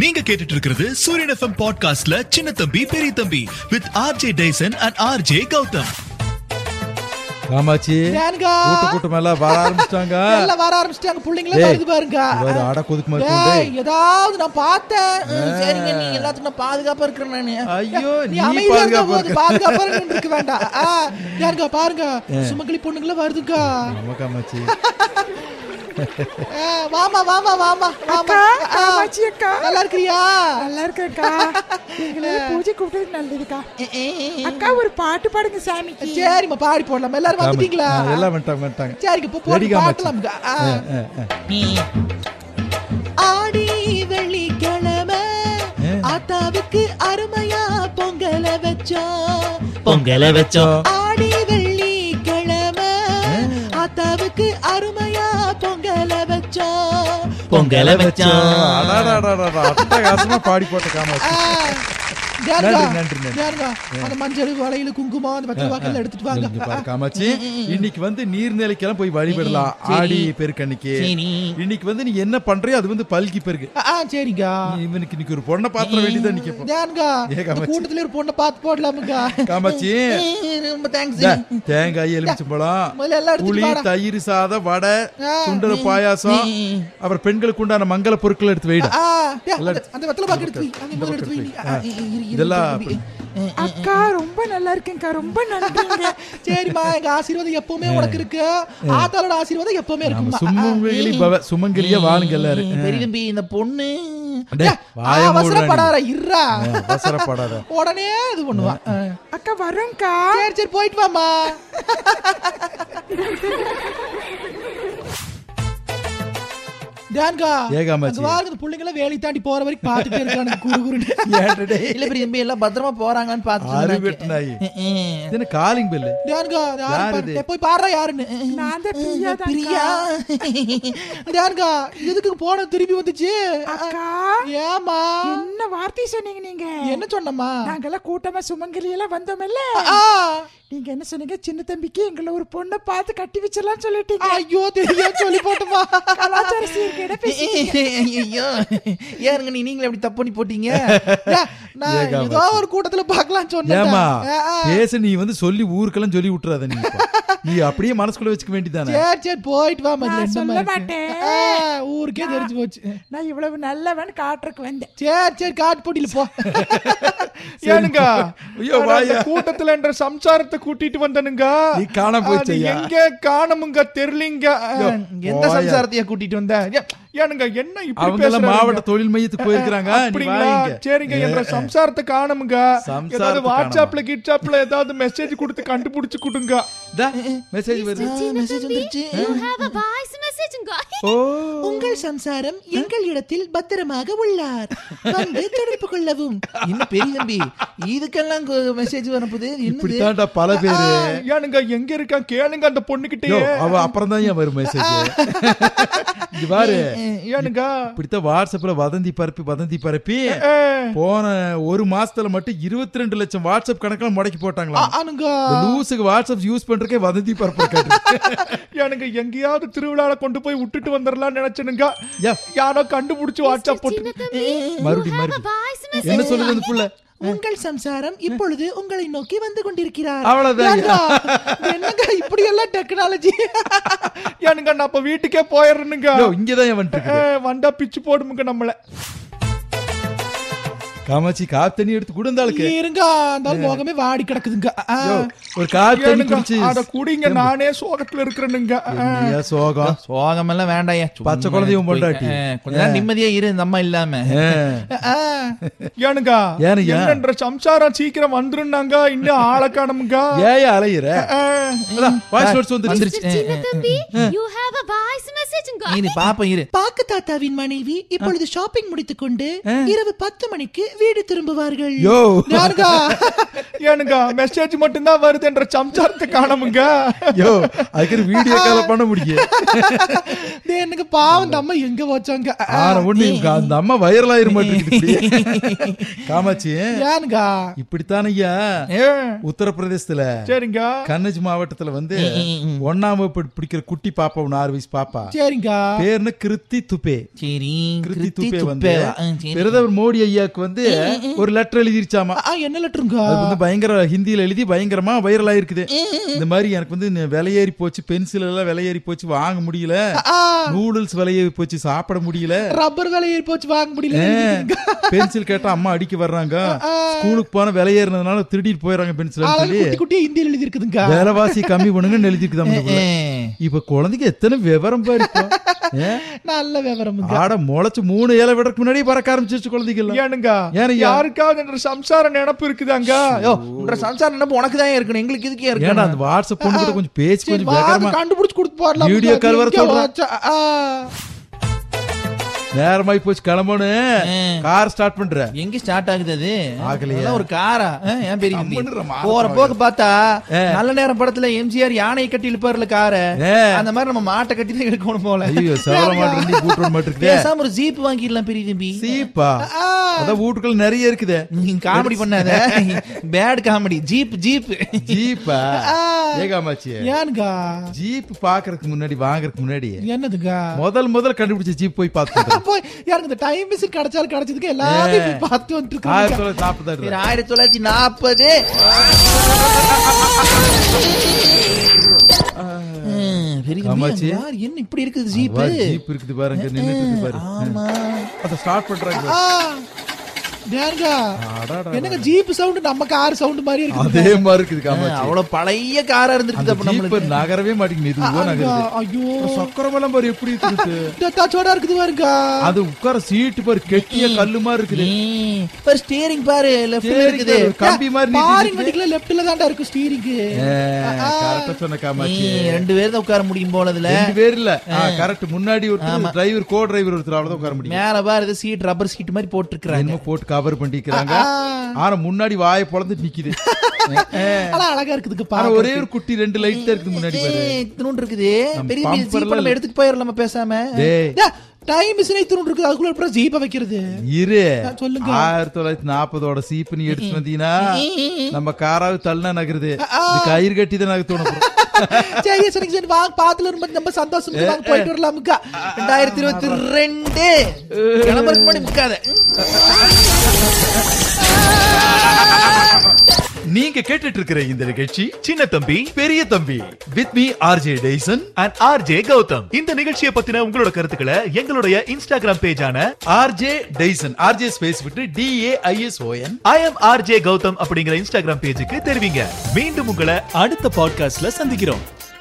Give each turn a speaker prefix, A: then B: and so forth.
A: நீங்க கேட்டுட்டு இருக்கிறது சூரியன் எஃப்எம் பாட்காஸ்ட்ல சின்ன தம்பி பெரிய தம்பி with RJ Tyson and RJ Gautham
B: Kamachi
C: ஏனுங்கா?
B: கூட்ட கூட்டம் எல்லாம் வர ஆரம்பிச்சிட்டாங்க
C: எல்லாம் வர ஆரம்பிச்சிட்டாங்க புள்ளைங்களே
B: டேய்,
C: வருது பாருங்க
B: இவர் அட கொதுக்கு மாதிரி
C: டேய்,
B: கொண்டு.
C: ஏதாவது நான் பார்த்தேன் ம், சரிங்க நீ எல்லாத்துக்கும் நான் பாதுகாப்பா இருக்கிறேன் நானு
B: ஐயோ, நீ
C: அமைதியா
B: பாதுகாப்பா
C: இருந்தா போதும்,
B: இருக்க.
C: பாதுகாப்பா நின்னு இருக்க வேண்டாம் ஆ, யாருங்க பாருங்க சுமங்கலி பொண்ணுங்களே வருதுக்கா
B: ஆமா காமாச்சி
C: ஆ, வாமா வாமா வாமா வாமா ஆ,
D: காமாட்சி அக்கா.
C: நல்லா இருக்கிறியா
D: நல்லா இருக்கேன்க்கா எங்களை பூஜை கூப்பிட்டது நல்லதுக்கா
C: ஏ, ஏ, ஏ.
D: அக்கா ஒரு பாட்டு பாடுங்க சாமிக்கு
C: சரிம்மா பாடி போடலாம் எல்லாரும் வந்துட்டீங்களா
B: காமா- ஆ, எல்லாம் வந்துட்டாங்க வந்துட்டாங்க
C: சரிங்க இப்போ
B: Ready,
C: போட்டு
B: காமாட்சி.
C: பாட்டலாம்
B: ஆ, ஆ, ஆ.
C: ஆடி வெள்ளிக்கிழமை
B: ஏ.
C: ஆத்தாவுக்கு அருமையா பொங்கலை வச்சா
A: பொங்கல வச்சோம்
C: ஆடி வெள்ளிக்கிழமை
B: ஏ.
C: ஆத்தாவுக்கு அருமையா பொங்கலை
A: பொங்கல
C: வச்சா
B: அடாடாடாடாடா, அட்டகாசமா பாடி போட்ட காமாச்சி நன்றி, நன்றி, நன்றி.
C: அந்த மஞ்சள் வளையல் குங்குமம் அந்த பத்து வாக்கள் எடுத்துட்டு
B: இங்க
C: வாங்க
B: பாரு காமாட்சி இன்னைக்கு வந்து நீர்நிலைக்கெல்லாம் போய் வழிபடலாம்
C: சரி.
B: ஆடி பெருக்கன்னைக்கு
C: சரி.
B: இன்னைக்கு வந்து நீ என்ன பண்றியோ அது வந்து பல்கி பெருக்கு
C: ஆ, ஆ, சரிங்க
B: இவனுக்கு இன்னைக்கு ஒரு பொண்ணை பாத்திரம் வேண்டியதான் நிக்கப்போ
C: தேனுங்க,
B: ஏ,
C: இந்த
B: காமாட்சி.
C: கூட்டத்துல ஒரு பொண்ணை பார்த்து போடலாமுங்க
B: காமாட்சி
C: ரொம்ப
B: இந்தா,
C: தேங்க்ஸ்
B: தேங்காய் எலுமிச்சம்பழம்
C: முதல்ல எல்லாம் எடுத்துட்டு
B: புளி
C: வாடா.
B: தயிர் சாதம் வடை
C: ஆ,
B: சுண்டல்
C: ம்,
B: பாயாசம்
C: ம்.
B: அப்புறம் பெண்களுக்கு உண்டான மங்கள பொருட்களை எடுத்து வைடா
C: ஆ, டேய்,
B: நல்லா
C: அந்த-
B: இருக்கு.
C: அந்த வெத்தலை பாக்கு எடுத்து வை. அந்த முதல்ல எடுத்து வை. ஆ, இ- இ- இரு- இரு,
B: இதெல்லாம்
C: தம்பி.
D: அக்கா ரொம்ப நல்லா இருக்கேன்க்கா ரொம்ப நன்றிங்க
C: சரிம்மா எங்க ஆசீர்வாதம் எப்பவுமே உனக்கு இருக்கு ஆத்தாளோட ஆசீர்வாதம் எப்பவுமே
B: நம்ம
C: இருக்கும்மா
B: சுமங்கலி பவ சுமங்கலியா வாழுங்க எல்லாரும்
C: ம், பெரிய தம்பி இந்த பொண்ணு
B: டேய்,
C: டேய்,
B: வாயை மூடுடா
C: அவசரப்படாத இருடா
B: ஆ, அவசரப்படாத
C: உடனே இது பண்ணுவா ஆ.
D: அக்கா வரோம்க்கா
C: சரி சரி போயிட்டு வாமா தேன்கா
B: ஏகாமாச்சி.
C: அங்க பாருங்க, இந்த புள்ளைங்கள வேலை தாண்டி போற வரைக்கும் பாத்துட்டே இருக்கானுங்க குரு குருன்னு
B: ஏன்டா டேய்?
C: இல்ல பெரிய தம்பி எல்லாம் பத்திரமா போறாங்களான்னு
B: அறுவெட்டு
C: பாத்துட்டு
B: நாய் இது என்ன காலிங் பெல்லு
C: தியான்கா, அது யாரு
B: யாரு
C: பாரு.
B: இது?
C: டேய், போய் பாடுறா யாருன்னு
D: நான் தான் பிரியாதான்க்கா.
C: பிரியா தியான்கா, எதுக்கு போன திரும்பி வந்துச்சு
D: அக்கா
C: ஏமா
D: என்ன வார்த்தை சொன்னீங்க நீங்க
C: என்ன சொன்னம்மா
D: நாங்கெல்லாம் கூட்டமா சுமங்கலி எல்லாம் வந்தோம்ல
C: ஆ,
D: நீங்க என்ன சொன்னீங்க சின்ன தம்பிக்கு எங்களை ஒரு பொண்ணை பார்த்து கட்டி வச்சிடலாம் சொல்லிட்டீங்க
C: ஐயோ தெரியா சொல்லி போட்டுமா
D: கலாச்சார சீர்கேட பேசி
C: ஐயோ ஏருங்க நீ நீங்களே அப்படி தப்பு பண்ணி போட்டீங்க டேய், நான்
B: ஏகாமாச்சி.
C: ஏதோ ஒரு கூட்டத்துல பார்க்கலாம் சொன்னேன்
B: ஏமா
C: ஆ, ஆ.
B: பேச நீ வந்து சொல்லி ஊருக்கெல்லாம் சொல்லி விட்டுறாத நீ இப்ப. நீ அப்படியே மனசுக்குள்ள வச்சுக்க வேண்டியதானே
C: சரி சரி போயிட்டு வா மதி
D: நான்
C: ரெண்டு
D: சொல்ல
C: மணி இருக்கு.
D: மாட்டேன்.
C: ஆ, ஊருக்கே தெரிஞ்சு போச்சு
D: நான் இவ்வளவு நல்லவன் காட்டுறக்கு வந்தேன்
C: சரி சரி காட்டு போட்டியில போ
E: ஏனுங்க
B: ஐயோ,
E: ஆனா
B: வாயா.
E: அந்த கூட்டத்துல என்ற சம்சாரத்தை கூட்டிட்டு வந்தனுங்க
B: நீ காணாம
E: அது
B: போச்சையா
E: எங்க காணமுங்க தெரியலீங்க
B: ஐயோ,
E: எந்த
B: போயா.
E: சம்சாரத்தைய கூட்டிட்டு வந்த ஏ- ஏனுங்க என்ன இப்படி
B: அவங்க எல்லாம்
E: பேசுறாங்க
B: மாவட்ட தொழில் மையத்துக்கு போயிருக்கிறாங்க நீ
E: அப்படிங்களா
B: வாங்க.
E: சரிங்க என்ற சம்சாரத்தை காணமுங்க
B: சம்சாரத்தை
E: ஏதாவது
B: காணோமா?
E: வாட்ஸ்அப்ல கிட்ஸ்அப்ல ஏதாவது மெசேஜ் கொடுத்து கண்டுபிடிச்சு கொடுங்க
B: இந்தா, மெசேஜ் வருது
C: மெசேஜ் வந்துருச்சு
F: You have a voice message, guys.
B: ஓ
C: உங்கள் சம்சாரம் எங்கள் இடத்தில் பத்திரமாக உள்ளார் வந்து தொடர்பு கொள்ளவும் என்ன பெரிய தம்பி இதுக்கெல்லாம் மெசேஜ் அனுப்புது என்னது?
B: இப்படித்தான்டா பல பேரு
E: ஏனுங்க எங்க இருக்கான் கேளுங்க அந்த
B: யோ,
E: பொண்ணுகிட்டயே
B: அவ அப்புறம் தான் ஏன் வரும் மெசேஜ் இது பாரு
E: ஏனுங்க
B: இப்படித்தான் வாட்ஸ்அப்ல வதந்தி பரப்பி வதந்தி பரப்பி
E: ஏ,
B: போன ஒரு மாசத்துல மட்டும் இருபத்தி ரெண்டு லட்சம் வாட்ஸ்அப் கணக்கெல்லாம் முடக்கி போட்டாங்களா
C: ஆ, ஆனுங்க
B: லூசுக்கு வாட்ஸ்அப் யூஸ் பண்றதுக்கே வதந்தி பரப்பு
E: ஏனுங்க எங்கேயாவது திருவிழால கொண்டு போய் விட்டுட்டு வந்துடலாம்னு நினைச்சனுங்க
B: யா.
E: யாரோ கண்டுபிடிச்சு வாட்ஸ்அப் போட்டு
B: மறுபடி
F: You have a
B: மறுபடி
F: voice message.
B: என்ன சொல்லுது அந்த புள்ள
C: உங்கள் சம்சாரம் இப்பொழுது உங்களை நோக்கி வந்து கொண்டிருக்கிறார்
B: அவ்வளவுதான்.
C: ஏன்டா? என்னங்க இப்படி எல்லாம் டெக்னாலஜி
E: ஏனுங்க நான் இப்ப வீட்டுக்கே போயிடுறேனுங்க
B: யோ, இங்கதான் ஏன் வந்துட்டு
E: ஏ, வந்தா பிச்சு போடுமுங்க நம்மள
B: காமாச்சி காப் தண்ணி எடுத்து கூட இருந்தாளுக்கு
C: இருங்க அந்த ஆள் முகமே வாடி கிடக்குதுங்க ஆ.
B: ஒரு காப் தண்ணி
E: ஏனுங்க,
B: குடிச்சு
E: அட குடிங்க நானே சோகத்துல இருக்கிறேனுங்க
B: என்னையா சோகம்
G: சோகமெல்லாம் வேண்டாயா சும்மா
B: பச்சை குழந்தையும்
G: போய்-
B: பொண்டாட்டி.
G: ஆ, கொஞ்ச நேரம் நிம்மதியா இரு இந்த அம்மா இல்லாம
B: ஏ,
C: ஆ.
E: ஏனுங்க
B: ஏனுங்க?
E: என்னன்ற சம்சாரம் சீக்கிரம் வந்துருந்தாங்க இன்னும் ஆளை காணுமுங்க
B: ஏயா அலையிற அதான், voice notes வந்துருச்சு
G: வந்துருச்சு ஆ,
F: சின்ன
G: ஆ.
F: தம்பி, you have a voice message, guys.
G: இரு பாப்போம் இரு
C: பாக்கு தாத்தாவின் மனைவி இப்பொழுது ஷாப்பிங் முடித்துக்கொண்டு இரவு பத்து மணிக்கு வீடு திரும்புவார்கள்
B: யோ
C: நான்கா
E: ஏனுங்க மெசேஜ் மட்டும்தான் வருதுன்ற சம்சாரத்தை காணமுங்க
B: யோ அதுக்கு வீடியோ கால் பண்ண முடியும்
C: டேய், எனக்கு பாவம் இந்த அம்மா எங்க வச்சாங்க
B: ஆனா ஒண்ணு இவங்க அந்த அம்மா வைரல் ஆயிர மாட்டேங்குது காமாட்சி
C: யானுங்கா
B: இப்படித்தான் ஐயா
E: ஏ,
B: உத்தரப்பிரதேசத்துல
E: சரிங்க
B: கன்னஜ் மாவட்டத்துல வந்து ஒன்னாம் வகுப்பு பிடிக்கிற குட்டி பாப்பா ஒண்ணு ஆறு வயசு பாப்பா
C: சரிங்கா
B: பேர்னு கிருத்தி துபே
G: சரி
B: கிருத்தி துபே வந்து பிரதமர் மோடி ஐயாக்கு வந்து ஒரு லெட்டர் எழுதிருச்சாமா
C: ஆ, என்ன லெட்டருங்கா
B: அது வந்து பயங்கர ஹிந்தியில எழுதி பயங்கரமா வைரல் ஆயிருக்குது இந்த மாதிரி எனக்கு வந்து இந்த விலையேறி போச்சு பென்சில் எல்லாம் விலையேறி போச்சு வாங்க முடியல நூடுல்ஸ் விலையேறி போச்சு சாப்பிட முடியல
C: ரப்பர் விலை ஏற்போச்சு வாங்க முடியல
B: பென்சில் கேட்டா அம்மா அடிக்க வர்றாங்க ஸ்கூலுக்கு போன விலையேறினதுனால திருடிட்டு போயிடறாங்க பென்சில்
C: அழகு
B: சொல்லி
C: குட்டி குட்டியா ஹிந்தியில் எழுதி இருக்குதுங்கா
B: விலைவாசி கம்மி பண்ணுங்கன்னு எழுதிருக்குதான் இப்ப குழந்தைக்கு எத்தனை விவரம் பாரு இப்போ. ஏ?
C: நல்ல விவரம்
B: ஆட முளைச்சு மூணு ஏழை விடக்கு முன்னாடியே பறக்க ஆரம்பிச்சிருச்சு குழந்தைகள்
E: ஏனுங்க
B: ஏனுங்க?
E: யாருக்காவது என்ற சம்சார நினப்பு இருக்குதாங்க
C: ஐயோ உன்ற சம்சாரம் நினைப்பு உனக்கு தான் இருக்கணும் எங்களுக்கு இதுக்கே
B: ஏன்னா
C: இருக்கணும்
B: அந்த வாட்ஸ்அப் பொண்ணு கூட கொஞ்சம் பேசி
C: சரி,
B: கொஞ்சம்
C: வா, அது
B: வேகமா
C: கண்டுபிடிச்சு கொடுத்து போடலாம்
B: வீடியோ கால் வர
C: எங்க
B: சொல்றா.
C: வச்சா? ஆ.
B: நேரமாயி போச்சு கிளம்பணு கார் ஸ்டார்ட் பண்ற
G: எங்க ஸ்டார்ட் ஆகுது அது
B: ஆகலையா?
G: அதெல்லாம் ஒரு காரா ஆ, ஏன் பெரிய தம்பி?
B: அம்மன்ற மாறா
G: போற போக்கு பார்த்தா
B: ஆ.
G: நல்ல நேரம் படத்துல எம்ஜிஆர் யானை கட்டி இருப்பாருல கார
B: ஏ.
G: அந்த மாதிரி நம்ம மாட்டை கட்டி தான் எடுக்கணும் போல
B: ஐயோ செவல மாட்டு கூட்டு மாட்டிருக்கே
G: பேசாம ஒரு ஜீப் வாங்கிடலாம் பெரிய தம்பி
B: சீப்பா அதான் வீட்டுக்குள்ள நிறைய இருக்குதே
G: நீ காமெடி பண்ணாத பேட் காமெடி ஜீப் ஜீப்
B: ஜீப்பா ஏகாமாச்சி
C: ஏனுங்கா
B: ஜீப் பாக்குறதுக்கு முன்னாடி வாங்குறதுக்கு முன்னாடி
C: என்னதுங்கா
B: முதல் முதல் கண்டுபிடிச்ச ஜீப் போய் பார்த்து
C: போய் யாருக்கு இந்த டைம் மிஸ் கிடைச்சாலும் கிடைச்சதுக்கு எல்லாத்தையும் இப்படி பார்த்து வந்துட்டு
B: ஆயிரத்தி
C: இருக்காங்க
B: தொள்ளாயிரத்தி நாற்பத்தாறு
G: ஆயிரத்தி தொள்ளாயிரத்தி நாற்பது பெரிய தம்பி,
B: ஆமாச்சி.
G: அங்க யார் என்ன இப்படி இருக்குது ஜீப்
B: வா, ஜீப் இருக்குது பாருங்க நின்னுட்டு இருக்கு பாரு அத ஸ்டார்ட் பண்றாங்க
C: ஆ. ஏனுங்கா
B: அடாடா.
C: என்னங்க ஜீப் சவுண்ட் நம்ம கார் சவுண்ட் மாதிரி
B: அதே
C: இருக்குது
B: மாதிரி இருக்குது காமாட்சி
G: அவ்வளவு பழைய காரா இருந்திருக்குது
B: அந்த
G: அப்ப
B: ஜீப்
G: நம்மளுக்கு
B: நகரவே மாட்டேங்குது இதுவா
C: ஆமாங்கா.
B: நகருது
C: ஐயோ
B: அப்புறம் சக்கரமெல்லாம் பாரு எப்படி இருக்குது
C: தச்சோடா இருக்குது பாருங்கா
B: அது உட்கார சீட்டு பாரு கெட்டிய கல்லுமா இருக்குது
G: ஏய், பாரு ஸ்டீரிங் பாரு லெஃப்ட்ல
B: Steering
G: இருக்குது
B: பாரு, கம்பி மாதிரி
C: பாரிங்
B: நீட்டிட்டு
C: வண்டிக்குள்ள லெஃப்ட்ல தான்டா இருக்கு ஸ்டீரிங்கு
B: ஏ, கரெக்டா சொன்ன காமாட்சி
G: ஏய், ரெண்டு பேரும் தான் உட்கார முடியும் போல இதுல
B: ரெண்டு பேர் இல்ல கரெக்ட் முன்னாடி ஒருத்தர் டிரைவர் கோ டிரைவர் ஒருத்தர் அவ்வளவுதான் உட்கார முடியும்
G: மேல பாரு இது சீட் ரப்பர் சீட் மாதிரி போட்டிருக்கிறாங்க
B: என்னமோ போட்டு கவர் பண்ணிக்கிறாங்க ஆனா முன்னாடி வாயை பொளந்து நிக்குது
C: ஆனா அழகா இருக்குதுக்கு
B: ஆனா
C: பாரு
B: ஒரே ஒரு குட்டி ரெண்டு லைட் தான் இருக்குது முன்னாடி பாரு
G: இத்தனும் இருக்குது
B: நம்ம
G: பெரிய பெரிய
B: bumper
G: ஜீப்
B: எல்லாம்
G: நம்ம எடுத்துட்டு போயிடலாமா பேசாம
B: டேய்
C: டைம் மிஷினை திரும்ப இருக்குது அதுக்குள்ள அப்புறம் ஜீப்பை வைக்கிறது
B: இரு
C: சொல்லுங்க.
B: ஆயிரத்தி தொள்ளாயிரத்தி நாற்பதோட சீப்பு நீ எடுத்து வந்தீங்கன்னா நம்ம காராவது தள்ளனா நகருது இது கயிறு கட்டி தான் நகர்த்து உனக்கு
C: சரி சரிங்க சரி வாங்க பாத்துல இருந்து நம்ம சந்தோஷம் வாங்க போயிட்டு வரலாமுக்கா
G: ரெண்டாயிரத்தி இருபத்தி ரெண்டு கிளம்புறதுக்கு முன்னாடி முக்காத
A: நீங்க கேட்டுட்டு இருக்கிற இந்த நிகழ்ச்சி சின்ன தம்பி பெரிய தம்பி with me RJ டேசன் and RJ Gautham இந்த நிகழ்ச்சியை பத்தின உங்களோட கருத்துக்களை எங்களுடைய இன்ஸ்டாகிராம் பேஜான
B: ஆர்ஜே டெய்சன் ஆர்ஜே ஸ்பேஸ் விட்டு D A I S O N
A: I M RJ Gautham அப்படிங்கிற இன்ஸ்டாகிராம் பேஜுக்கு தெரிவிங்க மீண்டும் உங்களை அடுத்த பாட்காஸ்ட்ல சந்திக்கிறோம்